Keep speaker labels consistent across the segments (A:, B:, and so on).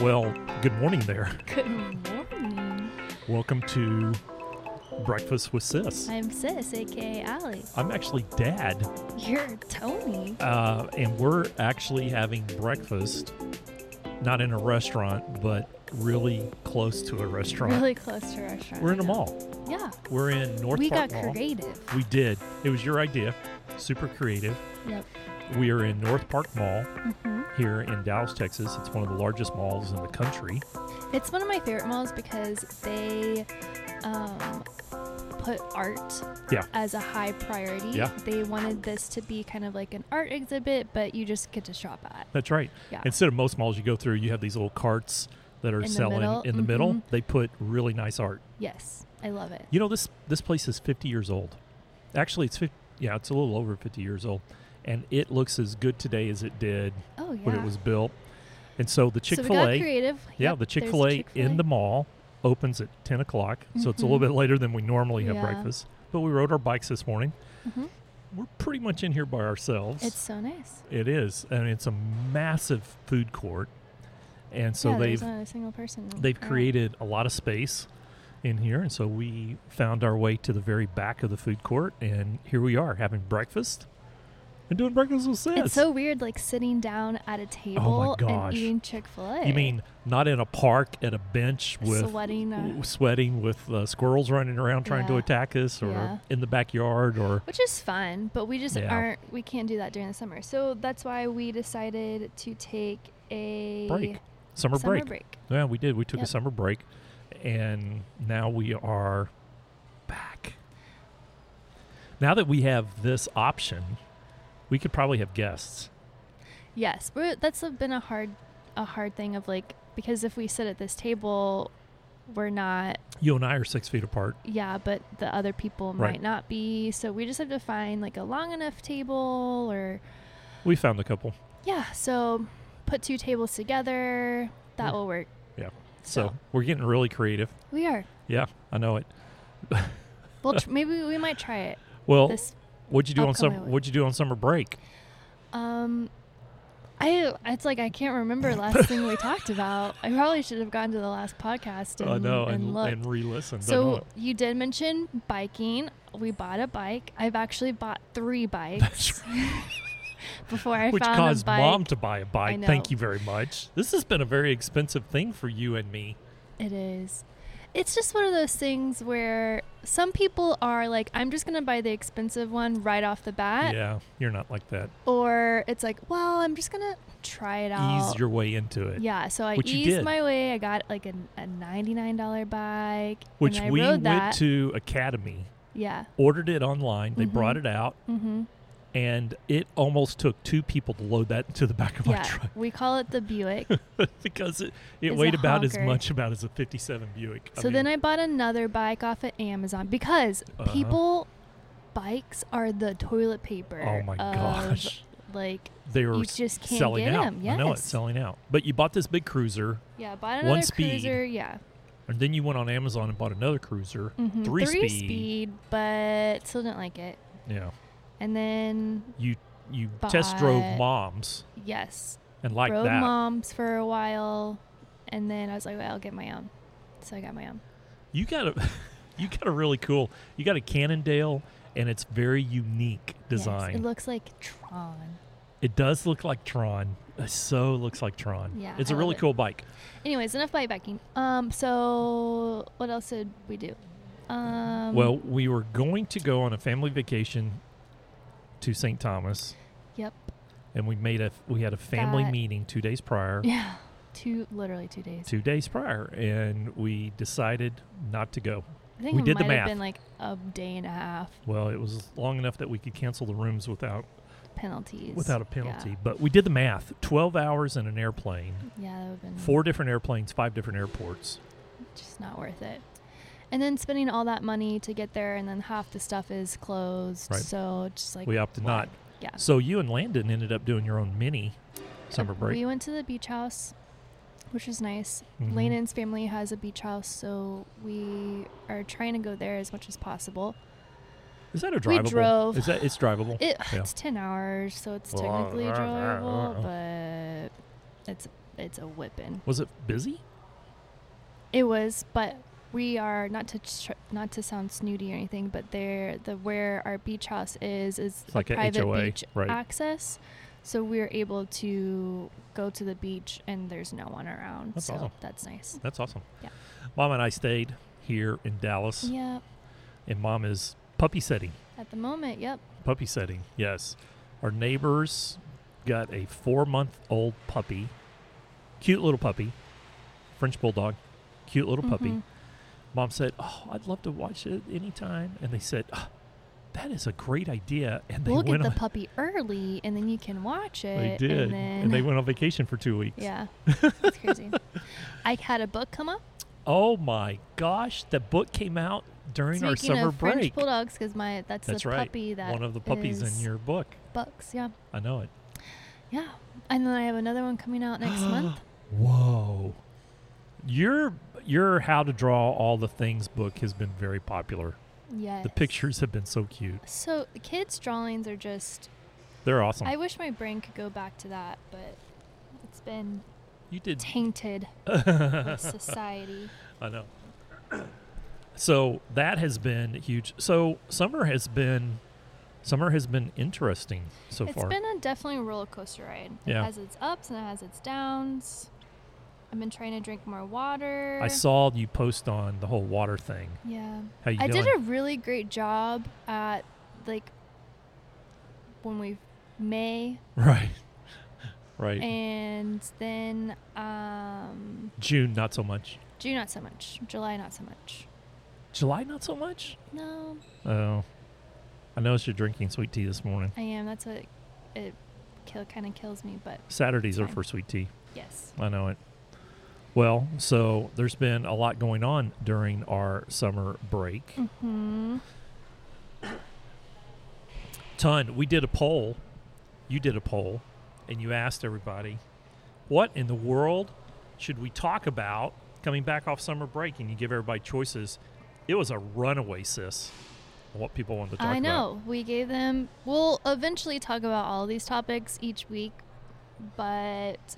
A: Well, good morning there.
B: Good morning.
A: Welcome to Breakfast with Sis.
B: I'm Sis, aka Allie.
A: I'm actually Dad,
B: You're Tony.
A: uh, and we're actually having breakfast, not in a restaurant, but really close to a restaurant.
B: Really close to a restaurant.
A: We're in a
B: I know.
A: mall.
B: Yeah.
A: We're in North
B: we
A: Park
B: got
A: Mall.
B: creative.
A: We did. It was your idea. Super creative.
B: Yep.
A: We are in North Park Mall
B: hmm
A: here in Dallas, Texas. It's one of the largest malls in the country.
B: It's one of my favorite malls because they um, put art
A: Yeah.
B: as a high priority.
A: Yeah.
B: They wanted this to be kind of like an art exhibit, but you just get to shop at.
A: That's right.
B: Yeah.
A: Instead of most malls you go through, you have these little carts that are
B: In the
A: selling
B: middle,
A: in the middle.
B: mhm.
A: They put really nice art.
B: yes. I love it.
A: You know this this place is 50 years old. Actually, it's 50, yeah, it's a little over 50 years old, and it looks as good today as it did
B: Oh, yeah.
A: when it was built. And so the Chick
B: So we
A: Fil
B: got
A: A,
B: creative.
A: yeah,
B: Yep,
A: the
B: there's
A: Chick Fil A in the mall opens at 10 o'clock, so it's a little bit
B: Mhm.
A: later than we normally have
B: Yeah.
A: breakfast. But we rode our bikes this morning.
B: Mhm.
A: We're pretty much in here by ourselves.
B: It's so nice.
A: It is, and it's a massive food court, and so
B: yeah, there
A: they've
B: wasn't a single person.
A: they've
B: around.
A: created a lot of space in here, and so we found our way to the very back of the food court, and here we are having breakfast and doing breakfast with sis.
B: It's so weird, like sitting down at a table
A: Oh gosh.
B: and eating Chick Fil A.
A: you mean not in a park at a bench with
B: sweating?
A: w-
B: Uh,
A: sweating with uh, squirrels running around trying to
B: Yeah.
A: attack us, or
B: Yeah.
A: in the backyard, or
B: which is fun, but we just
A: Yeah.
B: aren't. We can't do that during the summer, so that's why we decided to take a
A: break summer,
B: summer
A: break. Yeah, we did. We took
B: Yep.
A: a summer break, and now we are back. Now that we have this option, we could probably have guests.
B: Yes, we're, that's a- been a hard, a hard thing of like because if we sit at this table, we're not.
A: You and I are six feet apart.
B: Yeah, but the other people
A: Right.
B: might not be. So we just have to find like a long enough table or
A: We found a couple.
B: yeah. So put two tables together. That
A: Mm.
B: will work.
A: Yeah. So we're getting really creative.
B: We are.
A: Yeah, I know it.
B: Well, tr- maybe we might try it.
A: Well,
B: This,
A: what'd you do on
B: upcoming
A: summer?
B: week.
A: What'd you do on summer break?
B: um, I it's like I can't remember last thing we talked about. I probably should have gone to the last podcast and,
A: I know
B: and,
A: and
B: looked.
A: and re-listen.
B: so you did mention biking. We bought a bike. I've actually bought three bikes before I
A: which
B: found a
A: caused
B: bike.
A: mom to buy a bike.
B: know.
A: Thank you very much. This has been a very expensive thing for you and me.
B: It is. It's just one of those things where some people are like, I'm just gonna buy the expensive one right off the bat,
A: yeah, you're not like that.
B: or it's like, well, I'm just gonna try it out.
A: Ease your way into it.
B: Yeah, so I
A: Which you
B: eased
A: did.
B: my way. I got like an, a ninety-nine dollar bike,
A: which
B: and I
A: we
B: rode
A: went
B: that.
A: to Academy,
B: yeah,
A: ordered it online. They brought it out,
B: mm-hmm.
A: and it almost took two people to load that into the back of
B: yeah.
A: my
B: We call it the Buick.
A: truck because it, it
B: It's a
A: weighed about as
B: honker.
A: much about as a '57 Buick.
B: so then I bought another bike off of Amazon because
A: Uh-huh.
B: people bikes are the toilet paper.
A: oh my
B: of,
A: gosh,
B: Like
A: they were
B: you
A: s-
B: just can't
A: selling
B: get
A: out.
B: 'em,
A: I know it's
B: yes.
A: selling out. But you bought this big cruiser,
B: yeah, bought another
A: speed.
B: cruiser. Yeah,
A: and then you went on Amazon and bought another cruiser,
B: Mhm.
A: three,
B: three speed, but still didn't like it.
A: Yeah,
B: And then
A: you you test drove
B: But-
A: moms
B: yes,
A: and like
B: rode
A: that.
B: moms for a while, and then I was like, well, I'll get my own. So I got my own.
A: You got a you got a really cool. You got a Cannondale and it's very unique
B: Yes,
A: design.
B: it looks like Tron.
A: It does look like Tron. It so looks like Tron.
B: Yeah,
A: It's
B: I
A: a
B: love
A: really
B: it.
A: cool bike.
B: Anyways, enough bike backing. Um, so what else did we do? Um,
A: well, we were going to go on a family vacation to St. Thomas
B: yep,
A: and we made a we had a family
B: That-
A: meeting 2 days prior.
B: yeah, two literally two days.
A: 2 days prior and we decided not to go.
B: I think
A: we
B: it
A: did the
B: might
A: math.
B: have been like a day and a half
A: Well, it was long enough that we could cancel the rooms without
B: penalties.
A: without a
B: Yeah.
A: penalty, but we did the math. 12 hours in an airplane,
B: Yeah, that would have been
A: four different airplanes, five different airports.
B: just not worth it. And then spending all that money to get there, and then half the stuff is closed.
A: Right.
B: So it's just like
A: We opted
B: why?
A: not.
B: Yeah.
A: So you and Landon ended up doing your own mini summer
B: Uh,
A: break.
B: We went to the beach house. which is nice.
A: Mhm.
B: Lanan's family has a beach house, so we are trying to go there as much as possible.
A: Is that a
B: We
A: drivable?
B: drove.
A: Is that it's drivable?
B: It,
A: Yeah.
B: It's ten hours, so it's
A: Well,
B: technically
A: uh, uh, uh,
B: drivable, but it's it's a whipping.
A: was it busy?
B: It was, but we are not to tr- not to sound snooty or anything, but there the where our beach house is is
A: It's like a
B: private
A: HOA,
B: beach
A: right.
B: access. So we're able to go to the beach and there's no one around.
A: That's
B: so
A: awesome.
B: that's nice.
A: That's awesome.
B: Yeah.
A: Mom and I stayed here in Dallas,
B: Yeah.
A: and Mom is puppy setting.
B: At the moment, yep.
A: Puppy setting, yes. Our neighbors got a four-month-old puppy, cute little puppy, French bulldog, cute little puppy.
B: Mhm.
A: Mom said, "Oh, I'd love to watch it anytime," and they said, "Ah, "That is a great idea." And they
B: We'll
A: went
B: get the
A: on.
B: puppy early and then you can watch it.
A: they did,
B: And, then,
A: they went on vacation for two weeks.
B: Yeah. It's crazy. I had a book come up.
A: Oh my gosh, the book came out during our
B: Speaking
A: summer
B: of
A: break.
B: French bulldogs, because my that's,
A: That's
B: the
A: right.
B: puppy that
A: One of the puppies
B: is
A: in your book.
B: Bucks, yeah,
A: I know it.
B: yeah. And then I have another one coming out next month.
A: Whoa. Your your how to draw all the things book has been very popular.
B: Yes.
A: The pictures have been so cute.
B: So the kids' drawings are just.
A: They're awesome.
B: I wish my brain could go back to that, but it's been
A: you did
B: tainted with society.
A: I know. So that has been huge. So summer has been summer has been interesting so
B: It's
A: far.
B: been a definitely roller coaster ride.
A: Yeah.
B: It has its ups and it has its downs. I've been trying to drink more water.
A: I saw you post on the whole water thing.
B: Yeah.
A: How you
B: I
A: doing?
B: did a really great job at like when we May
A: right. Right.
B: and then um
A: June not so much.
B: June not so much. July not so much.
A: July not so much?
B: No,
A: Oh. I noticed you're drinking sweet tea this morning.
B: I am. That's what it, it kill kind of kills me, but
A: Saturdays are
B: Fine.
A: for sweet tea.
B: yes.
A: I know it. Well, so there's been a lot going on during our summer break.
B: Hmm.
A: Ton, we did a poll. You did a poll, and you asked everybody, what in the world should we talk about coming back off summer break? And you give everybody choices. It was a runaway, sis, on what people wanted to talk
B: I
A: about.
B: know. We gave them we'll eventually talk about all these topics each week, but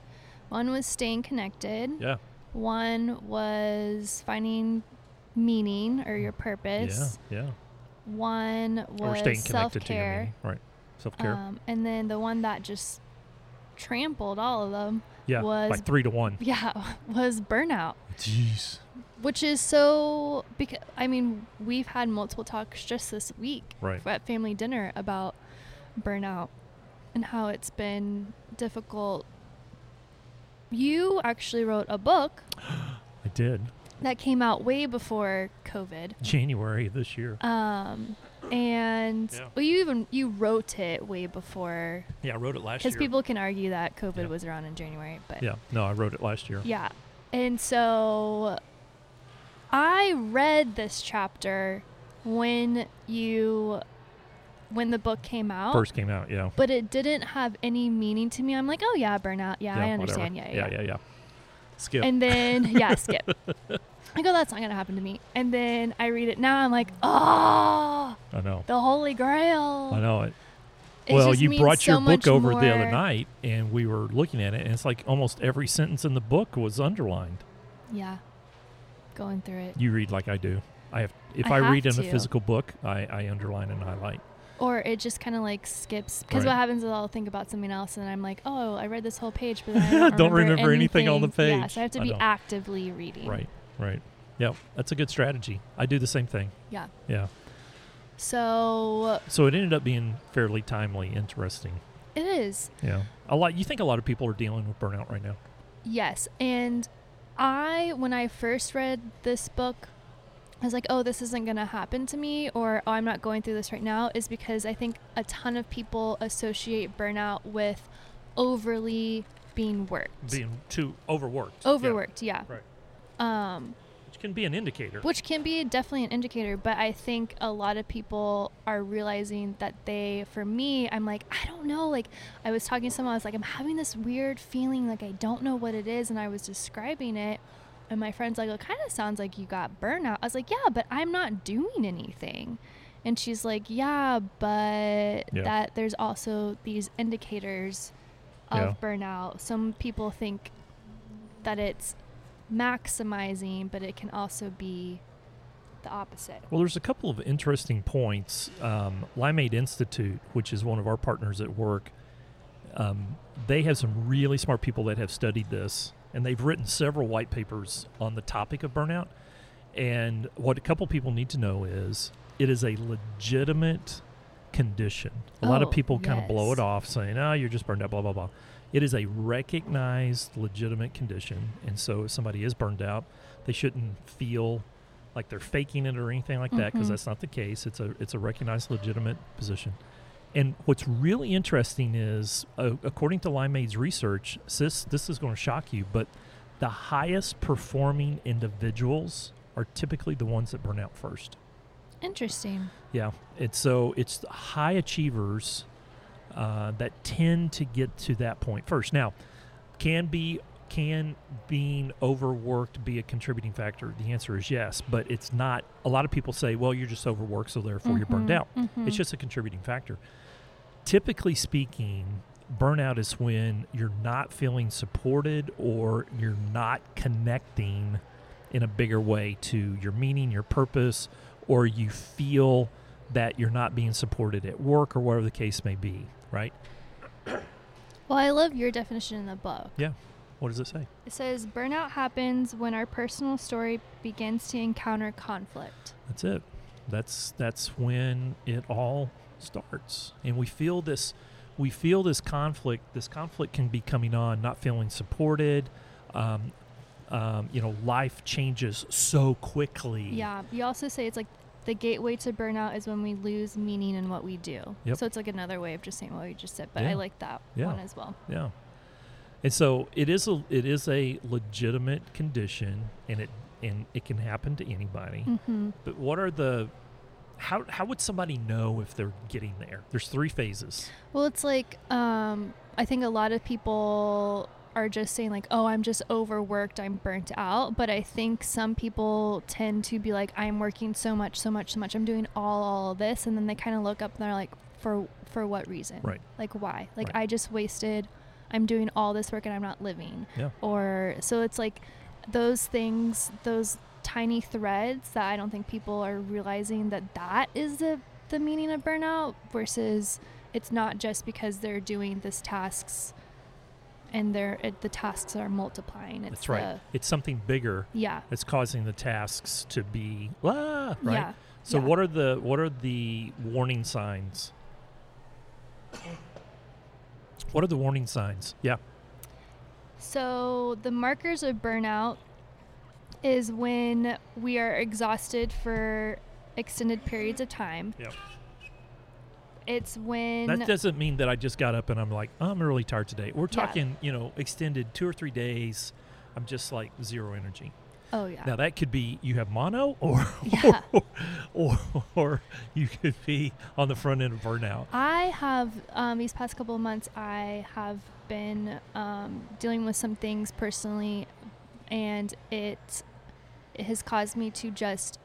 B: one was staying connected.
A: Yeah.
B: One was finding meaning or your purpose.
A: Yeah. Yeah.
B: One
A: Or
B: was
A: staying
B: self
A: connected to your
B: care.
A: meaning. Right. Self care.
B: Um, and then the one that just trampled all of them,
A: yeah.
B: was-
A: like three to one.
B: yeah, was burnout,
A: Jeez.
B: which is so. Because I mean, we've had multiple talks just this week
A: Right.
B: at family dinner about burnout and how it's been difficult. You actually wrote a book
A: I did.
B: that came out way before COVID.
A: January this year.
B: Um, and
A: Yeah.
B: well, you even you wrote it way before
A: Yeah, I wrote it last year.
B: because people can argue that COVID
A: Yeah.
B: was around in January, but
A: Yeah, no, I wrote it last year.
B: yeah. And so I read this chapter when you when the book came out,
A: First came out, yeah.
B: but it didn't have any meaning to me. I'm like, oh yeah, burnout. Yeah, I
A: whatever.
B: understand. yeah, yeah,
A: yeah, yeah, yeah. Skip.
B: And then yeah, skip. I go, that's not gonna happen to me. And then I read it now. I'm like, oh,
A: I know.
B: the Holy Grail.
A: I know it.
B: It
A: well,
B: just
A: you
B: means
A: brought
B: so
A: your book
B: much
A: over the
B: more-
A: other night, and we were looking at it, and it's like almost every sentence in the book was underlined.
B: Yeah, going through it.
A: You read like I do. I have. If I,
B: I have
A: read in a
B: to.
A: physical book, I, I underline and highlight.
B: Or it just kind of like skips. Because
A: Right.
B: what happens is I'll think about something else and I'm like, oh, I read this whole page, but then I don't,
A: Don't remember anything on the
B: Yeah,
A: page.
B: so I have to
A: I
B: be
A: know.
B: actively reading.
A: Right. Right. Yep. That's a good strategy. I do the same thing.
B: Yeah.
A: Yeah.
B: So
A: So it ended up being fairly timely, interesting.
B: it is.
A: Yeah. A lot. You think a lot of people are dealing with burnout right now?
B: Yes. And I, when I first read this book, I was like, oh, this isn't going to happen to me, or oh, I'm not going through this right now, is because I think a ton of people associate burnout with overly being worked.
A: Being too overworked. Yeah.
B: Overworked, yeah.
A: Right.
B: Um,
A: can be an indicator.
B: which can be definitely an indicator but i think a lot of people are realizing that they for me i'm like i don't know like i was talking to someone i was like i'm having this weird feeling like i don't know what it is and i was describing it and my friend's like it kind of sounds like you got burnout i was like yeah but i'm not doing anything and she's like yeah but
A: Yeah.
B: that there's also these indicators of
A: Yeah.
B: burnout some people think that it's maximizing, but it can also be the opposite.
A: Well, there's a couple of interesting points. Um, Limeade Institute, which is one of our partners at work, um, they have some really smart people that have studied this, and they've written several white papers on the topic of burnout. And what a couple people need to know is it is a legitimate condition. A lot of
B: Oh,
A: people kind of blow
B: yes.
A: it off saying, oh, you're just burned out, blah, blah, blah. It is a recognized, legitimate condition. And so if somebody is burned out, they shouldn't feel like they're faking it or anything like that because
B: Mhm.
A: that's not the case. It's a it's a recognized legitimate position. And what's really interesting is, uh, according to Limeade's research, sis, this is going to shock you, but the highest performing individuals are typically the ones that burn out first.
B: Interesting.
A: Yeah, it's so it's the high achievers uh, that tend to get to that point first. Now, can be can being overworked be a contributing factor? The answer is yes, but it's not. A lot of people say, "Well, you're just overworked, so therefore you're burned
B: Mhm,
A: out." It's
B: mhm.
A: just a contributing factor. Typically speaking, burnout is when you're not feeling supported or you're not connecting in a bigger way to your meaning, your purpose, or you feel that you're not being supported at work or whatever the case may be, right?
B: Well, I love your definition in the book.
A: Yeah. What does it say?
B: It says burnout happens when our personal story begins to encounter conflict.
A: That's it. That's that's when it all starts. And we feel this we feel this conflict. This conflict can be coming on, not feeling supported. Um, um, you know, life changes so quickly.
B: Yeah. You also say it's like the gateway to burnout is when we lose meaning in what we do.
A: Yep.
B: So it's like another way of just saying what we just said, but
A: Yeah.
B: I like that
A: Yeah.
B: one as well.
A: Yeah. And so it is a it is a legitimate condition and it and it can happen to anybody.
B: Mm-hmm.
A: But what are the how how would somebody know if they're getting there? There's three phases.
B: Well, it's like um, I think a lot of people are just saying like, "Oh, I'm just overworked. I'm burnt out." But I think some people tend to be like, "I'm working so much, so much, so much. I'm doing all, all of this," and then they kind of look up and they're like, "For for what reason?
A: Right.
B: Like why? Like
A: Right.
B: I just wasted. I'm doing all this work and I'm not living."
A: Yeah.
B: Or so it's like those things, those tiny threads that I don't think people are realizing that that is the the meaning of burnout versus it's not just because they're doing this tasks and they're it, the tasks are multiplying. It's
A: That's right. it's something bigger
B: the- yeah.
A: that's causing the tasks to be ah, right.
B: Yeah.
A: So
B: yeah.
A: what are the what are the warning signs? What are the warning signs? Yeah.
B: So the markers of burnout is when we are exhausted for extended periods of time.
A: Yeah.
B: It's when
A: That doesn't mean that I just got up and I'm like, I'm really tired today. We're
B: Yeah.
A: talking, you know, extended two or three days. I'm just like zero energy.
B: oh yeah.
A: Now that could be you have mono or
B: Yeah.
A: or, or you could be on the front end of burnout.
B: I have um, these past couple of months. I have been um, dealing with some things personally, and it it has caused me to just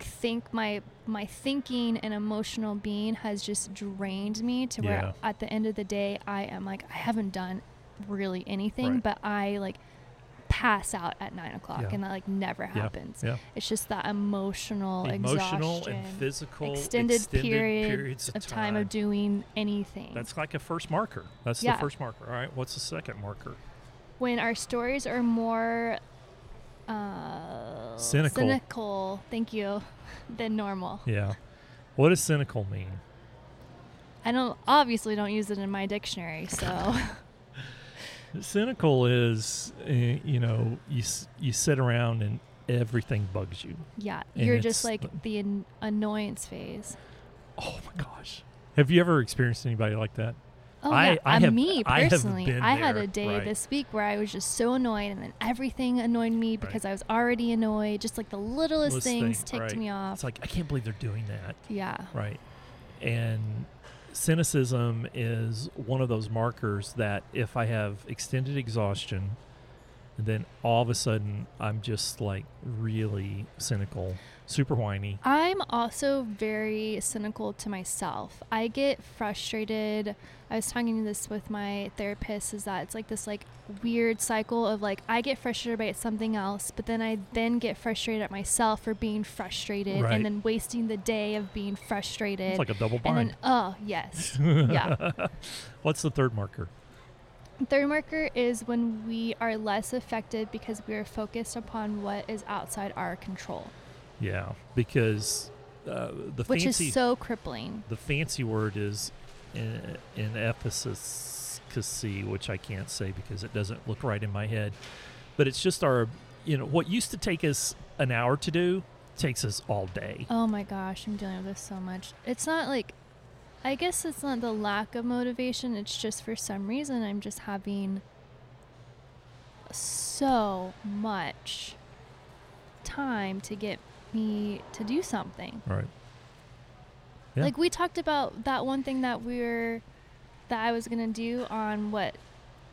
B: think my my thinking and emotional being has just drained me to
A: Yeah.
B: where at the end of the day I am like I haven't done really anything,
A: Right.
B: but I like pass out at nine o'clock,
A: Yeah.
B: and that like never
A: Yeah,
B: happens.
A: yeah.
B: It's just that emotional,
A: Emotional
B: exhaustion
A: and physical
B: extended, period
A: periods
B: of, time. of doing anything.
A: That's like a first marker. That's
B: Yeah.
A: the first marker. All right. What's the second marker?
B: when our stories are more uh,
A: Cynical.
B: cynical, thank you, than normal.
A: Yeah. What does cynical mean?
B: I don't obviously don't use it in my dictionary, so
A: Cynical is, uh, you know, you s- you sit around and everything bugs you.
B: yeah,
A: And
B: you're
A: it's-
B: just like the an- annoyance phase.
A: Oh my gosh. Have you ever experienced anybody like that?
B: Oh
A: I-
B: yeah,
A: I
B: am
A: have-
B: me
A: I have
B: personally.
A: been
B: I, had
A: there,
B: a day
A: right.
B: this week where I was just so annoyed, and then everything annoyed me because I was already annoyed. Just like the littlest
A: Those
B: things ticked
A: right.
B: me off.
A: It's like I can't believe they're doing that.
B: yeah,
A: Right. And cynicism is one of those markers that if I have extended exhaustion, then all of a sudden I'm just like really cynical, super whiny.
B: I'm also very cynical to myself. I get frustrated. I was talking to this with my therapist is that it's like this like weird cycle of like I get frustrated by something else, but then I then get frustrated at myself for being frustrated
A: Right.
B: and then wasting the day of being frustrated.
A: It's like a double
B: and
A: bind.
B: then oh, yes. yeah.
A: What's the third marker?
B: Third marker is when we are less affected because we are focused upon what is outside our control,
A: Yeah, because uh, the
B: which
A: fancy
B: is so crippling.
A: the fancy word is in, in Ephesus, which I can't say because it doesn't look right in my head. But it's just our, you know, what used to take us an hour to do takes us all day.
B: Oh my gosh, I'm dealing with this so much. It's not like, I guess it's not the lack of motivation. It's just for some reason I'm just having so much time to get me to do something.
A: Right. Yeah.
B: Like we talked about that one thing that we were that I was gonna do on what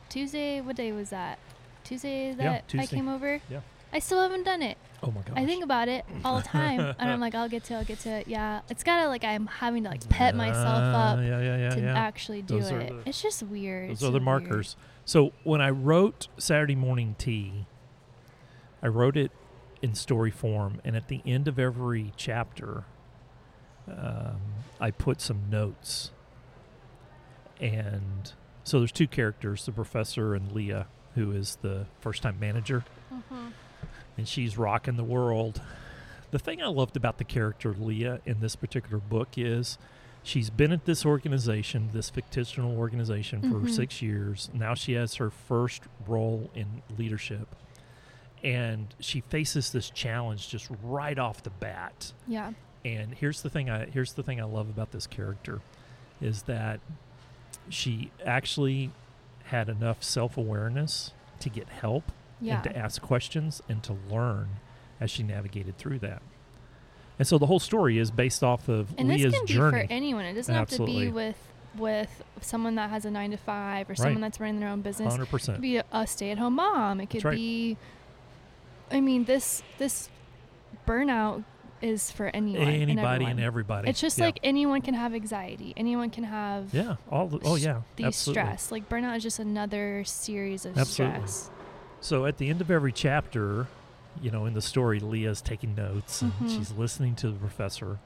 B: Tuesday? What day was that? Tuesday that I
A: Tuesday.
B: came over.
A: Yeah.
B: I still haven't done it.
A: Oh my gosh.
B: I think about it all the time, and I'm like, I'll get to, it, I'll get to it. Yeah, it's gotta like I'm having to like pet myself
A: Ah,
B: up
A: Yeah, yeah, yeah,
B: to
A: yeah.
B: actually do
A: Those are
B: it.
A: the-
B: it's just weird.
A: Those
B: It's
A: are
B: so
A: the
B: weird.
A: markers. So when I wrote Saturday Morning Tea, I wrote it in story form, and at the end of every chapter, um, I put some notes. And so there's two characters, the professor and Leah, who is the first time manager, and she's rocking the world. The thing I loved about the character Leah in this particular book is she's been at this organization, this fictional organization, for
B: Mhm.
A: six years. Now she has her first role in leadership. And she faces this challenge just right off the bat.
B: Yeah.
A: And here's the thing I here's the thing I love about this character is that she actually had enough self-awareness to get help
B: Yeah.
A: and to ask questions and to learn as she navigated through that. And so the whole story is based off of
B: And
A: Leah's
B: this can be
A: journey.
B: for anyone. It doesn't have
A: Absolutely.
B: to be with with someone that has a nine to five or someone that's running their own business.
A: Hundred
B: could
A: percent.
B: be a, a stay-at-home mom. It could
A: right.
B: be. I mean, this this burnout is for anyone. and
A: Anybody and
B: everyone.
A: everybody.
B: It's just
A: Yeah.
B: like anyone can have anxiety. Anyone can have
A: yeah. All the, oh yeah.
B: the
A: absolutely.
B: stress. Like burnout is just another series of
A: Absolutely.
B: stress.
A: So at the end of every chapter, you know, in the story, Leah's taking notes and
B: Mhm.
A: she's listening to the professor.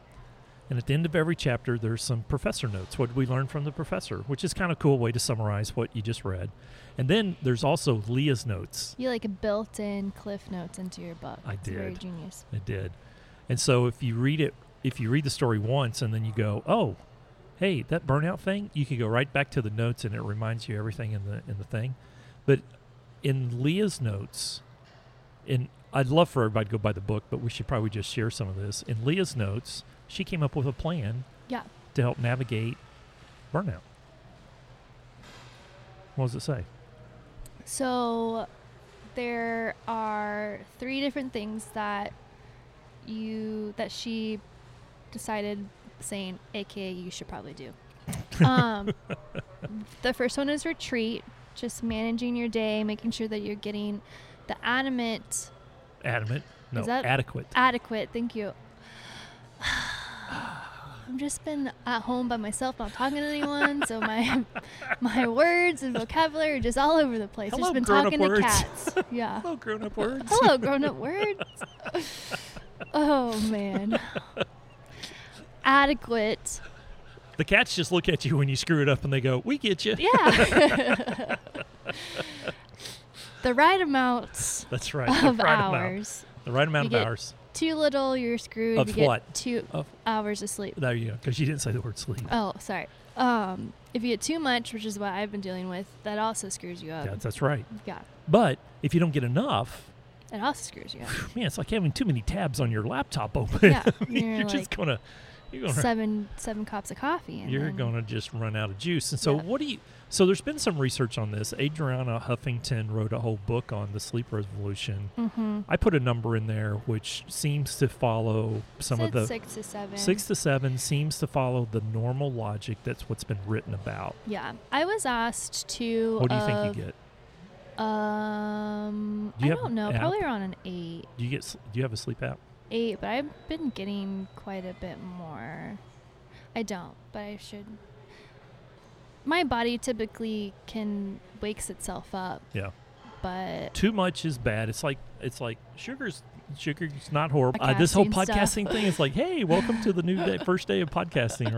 A: And at the end of every chapter, there's some professor notes. What did we learn from the professor? Which is kind of a cool way to summarize what you just read. And then there's also Leah's notes.
B: You like built in cliff notes into your book.
A: I
B: it's Very
A: did.
B: genius.
A: It did. And so if you read it, if you read the story once and then you go, oh, hey, that burnout thing, you could go right back to the notes and it reminds you everything in the in the thing. But in Leah's notes, in I'd love for everybody to go buy the book, but we should probably just share some of this. In Leah's notes, she came up with a plan
B: Yeah.
A: to help navigate burnout. What does it say?
B: So there are three different things that you that she decided saying aka you should probably do. Um, the first one is retreat, just managing your day, making sure that you're getting the adamant
A: Adamant. No,
B: Is that-
A: adequate.
B: adequate. Thank you. I've just been at home by myself, not talking to anyone, so my my words and vocabulary are just all over the place.
A: Hello,
B: just been
A: grown-up
B: talking to
A: words.
B: cats. Yeah.
A: Hello, grown up words.
B: Hello, grown up words. oh man. Adequate.
A: The cats just look at you when you screw it up and they go, We get you.
B: Yeah. the right amount
A: That's right. The
B: of
A: right amount.
B: hours.
A: The right amount
B: You
A: of
B: get-
A: hours.
B: Too little, you're screwed.
A: Of
B: you get
A: what?
B: two
A: Of-
B: hours of sleep.
A: There you go. Because you didn't say the word sleep.
B: Oh, sorry. Um, if you get too much, which is what I've been dealing with, that also screws you up.
A: That's, that's right.
B: yeah,
A: But if you don't get enough,
B: it also screws you up.
A: man, it's like having too many tabs on your laptop open.
B: Yeah,
A: I mean,
B: you're
A: you're, just
B: like-
A: gonna You're gonna-
B: seven seven cups of coffee. And
A: you're
B: then-
A: going to just run out of juice. And so,
B: Yeah.
A: what do you? So, there's been some research on this. Adriana Huffington wrote a whole book on the sleep revolution.
B: Mhm.
A: I put a number in there which seems to follow some of
B: Said
A: the
B: six to seven.
A: six to seven seems to follow the normal logic. That's what's been written about.
B: Yeah, I was asked to.
A: What do you think
B: of,
A: you get?
B: Um,
A: Do you
B: I
A: have
B: don't know.
A: an app?
B: Probably around an eight,
A: Do you get? s- Do you have a sleep app?
B: eight. But I've been getting quite a bit more. I don't, but I should. My body typically can wakes itself up,
A: Yeah.
B: but
A: Too much is bad. It's like it's like sugar's sugar's not horrible. Uh, this whole
B: caffeine stuff.
A: podcasting thing is like, hey, welcome to the new day, first day of podcasting,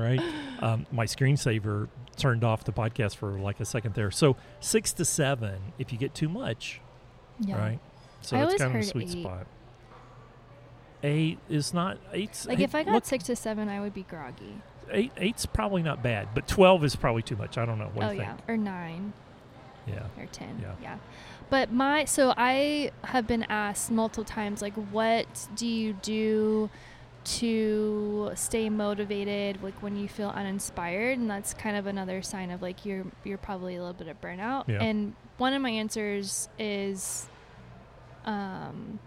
A: right? Um, my screensaver turned off the podcast for like a second there. So six to seven, if you get too much,
B: yeah.
A: right? So
B: I
A: it's
B: always
A: kind of a
B: heard
A: sweet
B: eight.
A: spot. Eight is not eight's
B: Like
A: eight-
B: if I got
A: look,
B: six to seven, I would be groggy.
A: eight, eight's probably not bad, but twelve is probably too much. I don't know. What
B: oh
A: do you
B: yeah, or
A: think?
B: nine.
A: Yeah.
B: or 10
A: Yeah.
B: but my so i have been asked multiple times like what do you do to stay motivated like when you feel uninspired and that's kind of another sign of like you're you're probably a little bit of burnout
A: Yeah.
B: and one of my answers is um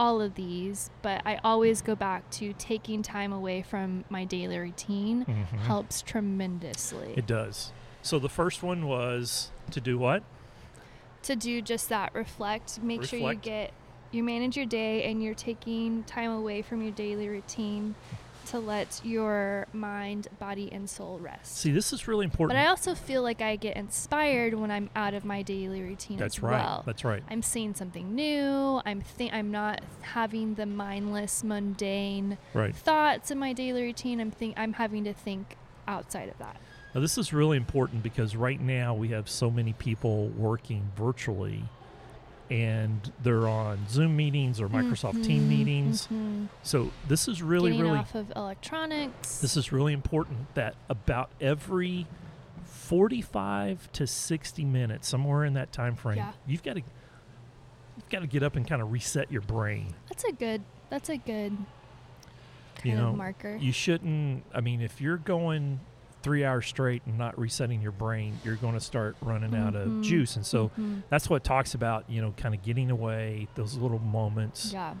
B: all of these but i always go back to taking time away from my daily routine
A: Mhm.
B: helps tremendously
A: It does. So the first one was to do what?
B: to do just that reflect make sure you
A: Reflect.
B: get you manage your day and you're taking time away from your daily routine to let your mind body and soul rest
A: See, this is really important.
B: but i also feel like i get inspired when i'm out of my daily routine
A: That's
B: as
A: right.
B: well
A: That's right.
B: i'm seeing something new i'm think i'm not having the mindless mundane
A: Right.
B: thoughts in my daily routine i'm think i'm having to think outside of that
A: Now, this is really important because right now we have so many people working virtually and they're on Zoom meetings or Microsoft Team
B: Mhm,
A: meetings.
B: mhm.
A: So, this is really,
B: Getting
A: really
B: off of electronics
A: this is really important that about every 45 to 60 minutes, somewhere in that time frame,
B: Yeah.
A: you've got to you've got to get up and kind of reset your brain.
B: That's a good. That's a good kind
A: You know,
B: of marker.
A: You shouldn't. I mean, if you're going three hours straight and not resetting your brain, you're going to start running out of
B: Mhm.
A: juice. And so
B: Mhm.
A: that's what it talks about. You know, kind of getting away those little moments.
B: yeah,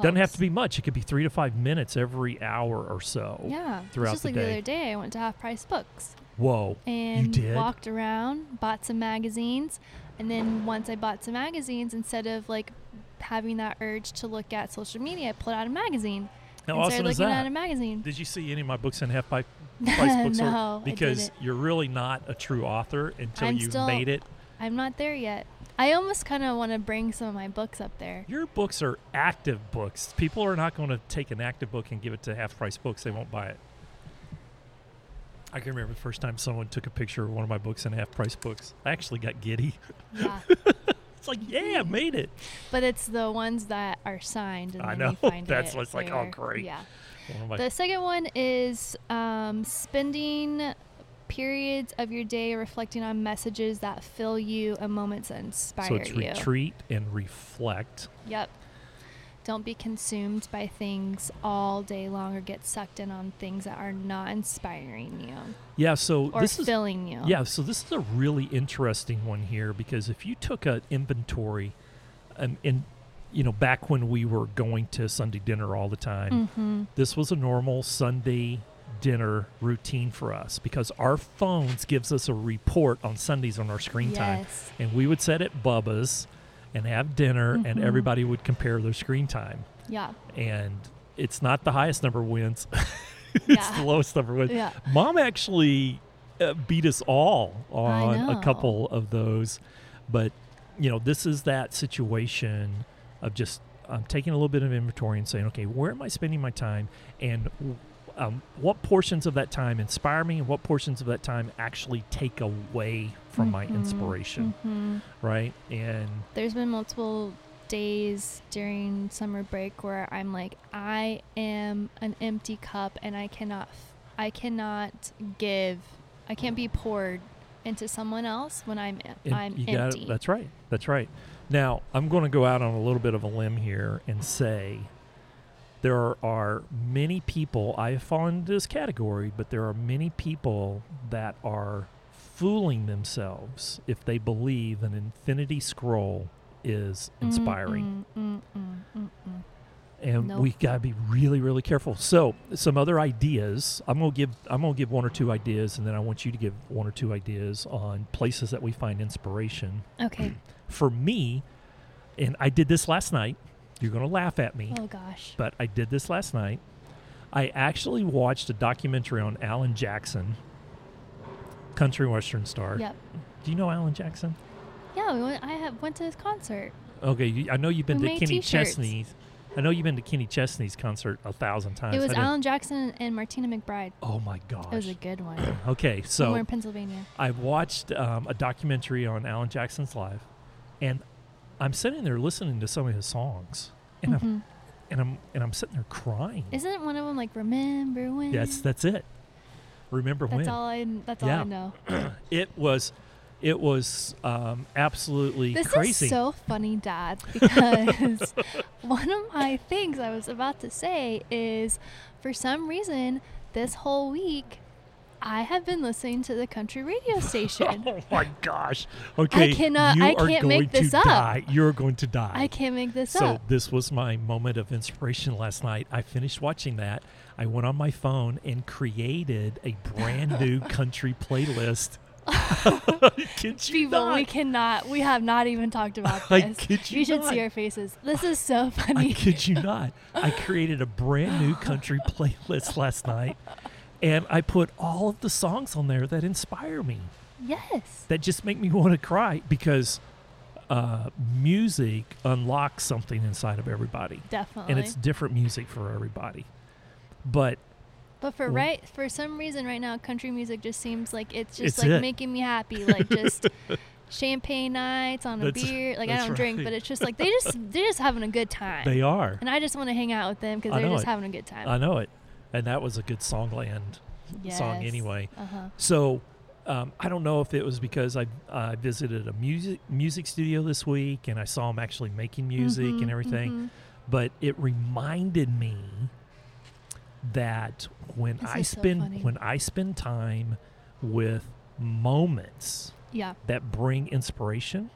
A: Doesn't have
B: Helps.
A: to be much. It could be three to five minutes every hour or so.
B: Yeah,
A: throughout
B: it's just
A: the
B: like
A: day.
B: the other day, I went to Half Price Books
A: Whoa.
B: and
A: did?
B: walked around, bought some magazines, and then once I bought some magazines, instead of like having that urge to look at social media, I pulled out a magazine
A: How
B: and
A: awesome
B: started
A: is
B: looking at a
A: that?
B: magazine.
A: Did you see any of my books in half by price bookstore?
B: No, I
A: because
B: didn't.
A: you're really not a true author until
B: I'm
A: you've
B: still-
A: made it.
B: I'm not there yet. I almost kind of want to bring some of my books up there.
A: Your books are active books. People are not going to take an active book and give it to half price books. They won't buy it. I can remember the first time someone took a picture of one of my books in half price books. I actually got giddy.
B: Yeah.
A: It's like, yeah, I made it.
B: but it's the ones that are signed. And
A: I
B: then you
A: know.
B: find
A: That's
B: it
A: what's like, oh,
B: there.
A: great.
B: Yeah.
A: One of my-
B: The second one is um, spending periods of your day reflecting on messages that fill you and moments that inspire
A: so it's
B: you.
A: retreat and reflect.
B: Yep. Don't be consumed by things all day long or get sucked in on things that are not inspiring you
A: Yeah, so
B: or
A: this is
B: filling you.
A: Yeah, so this is a really interesting one here because if you took an inventory, um, in you know back when we were going to Sunday dinner all the time,
B: Mm-hmm.
A: this was a normal Sunday dinner routine for us because our phones gives us a report on Sundays on our screen time,
B: Yes.
A: and we would sit at Bubba's and have dinner,
B: Mm-hmm.
A: and everybody would compare their screen time,
B: Yeah.
A: and it's not the highest number wins, it's
B: Yeah.
A: the lowest number wins.
B: Yeah.
A: Mom actually uh, beat us all on a
B: know.
A: couple of those. But, you know, this is that situation of just um, taking a little bit of inventory and saying, okay, where am I spending my time? And um, what portions of that time inspire me and what portions of that time actually take away from my
B: Mm-hmm.
A: inspiration,
B: Mhm.
A: right? And
B: There's been multiple days during summer break where I'm like, I am an empty cup and I cannot, I cannot give, I can't be poured into someone else when I'm,
A: And
B: I'm
A: you got
B: empty.
A: it. That's right. That's right. Now I'm going to go out on a little bit of a limb here and say there are many people, I fall into this category, but there are many people that are fooling themselves if they believe an infinity scroll is
B: Mm-hmm.
A: inspiring.
B: Mm, mm, mm, mm, mm,
A: and
B: Nope.
A: we got to be really really careful so some other ideas i'm going to give i'm going to give one or two ideas and then i want you to give one or two ideas on places that we find inspiration
B: mm. Okay.
A: for me and i did this last night you're going to laugh at me
B: Oh gosh.
A: but i did this last night i actually watched a documentary on alan jackson country western star
B: Yep.
A: do you know alan jackson
B: Yeah, we went, I have, went to his concert.
A: okay you, i know you've been
B: We
A: to
B: made
A: kenny
B: t-shirts.
A: chesney's i know you've been to kenny chesney's concert a thousand times
B: it was
A: I didn't-
B: Alan Jackson and Martina McBride.
A: Oh my gosh.
B: It was a good one.
A: okay,
B: Somewhere
A: so
B: in Pennsylvania.
A: I watched um, a documentary on Alan Jackson's life, and I'm sitting there listening to some of his songs, and I'm
B: Mhm.
A: and I'm and I'm sitting there crying.
B: Isn't one of them like "Remember When"?
A: That's that's it. Remember
B: That's
A: when
B: all I. That's all
A: Yeah.
B: I know.
A: it was, it was um, absolutely
B: This
A: crazy.
B: is so funny, Dad, because one of my things I was about to say is for some reason this whole week I have been listening to the country radio station.
A: oh my gosh! Okay,
B: cannot-
A: You
B: I
A: are
B: can't
A: going
B: make this
A: to
B: up.
A: Die. You're going to die.
B: I can't make this
A: So
B: up.
A: this was my moment of inspiration last night. I finished watching that. I went on my phone and created a brand new country playlist. I kid you
B: People,
A: not.
B: we cannot. We have not even talked about
A: I
B: this.
A: kid you
B: should see
A: not.
B: our faces. This is so
A: I
B: funny.
A: kid you not. I created a brand new country playlist last night, and I put all of the songs on there that inspire me,
B: yes.
A: that just make me want to cry because uh, music unlocks something inside of everybody,
B: Definitely.
A: and it's different music for everybody. But
B: But for
A: Well-
B: right for some reason right now country music just seems like it's just
A: It's
B: like
A: it.
B: making me happy like just champagne nights on a
A: That's-
B: beer like I
A: that's
B: don't drink
A: right.
B: but it's just like they just they're just having a good time
A: they are.
B: and I just want to hang out with them
A: I
B: because they're
A: know
B: just
A: it.
B: having a good time
A: I know it. And that was a good songland song
B: Yes.
A: anyway.
B: uh-huh
A: So um, I don't know if it was because I I visited a music music studio this week and I saw him actually making music and
B: Mhm,
A: everything,
B: mhm.
A: but it reminded me that when
B: This
A: I
B: is so
A: spend
B: funny.
A: when I spend time with moments
B: yeah
A: that bring inspiration,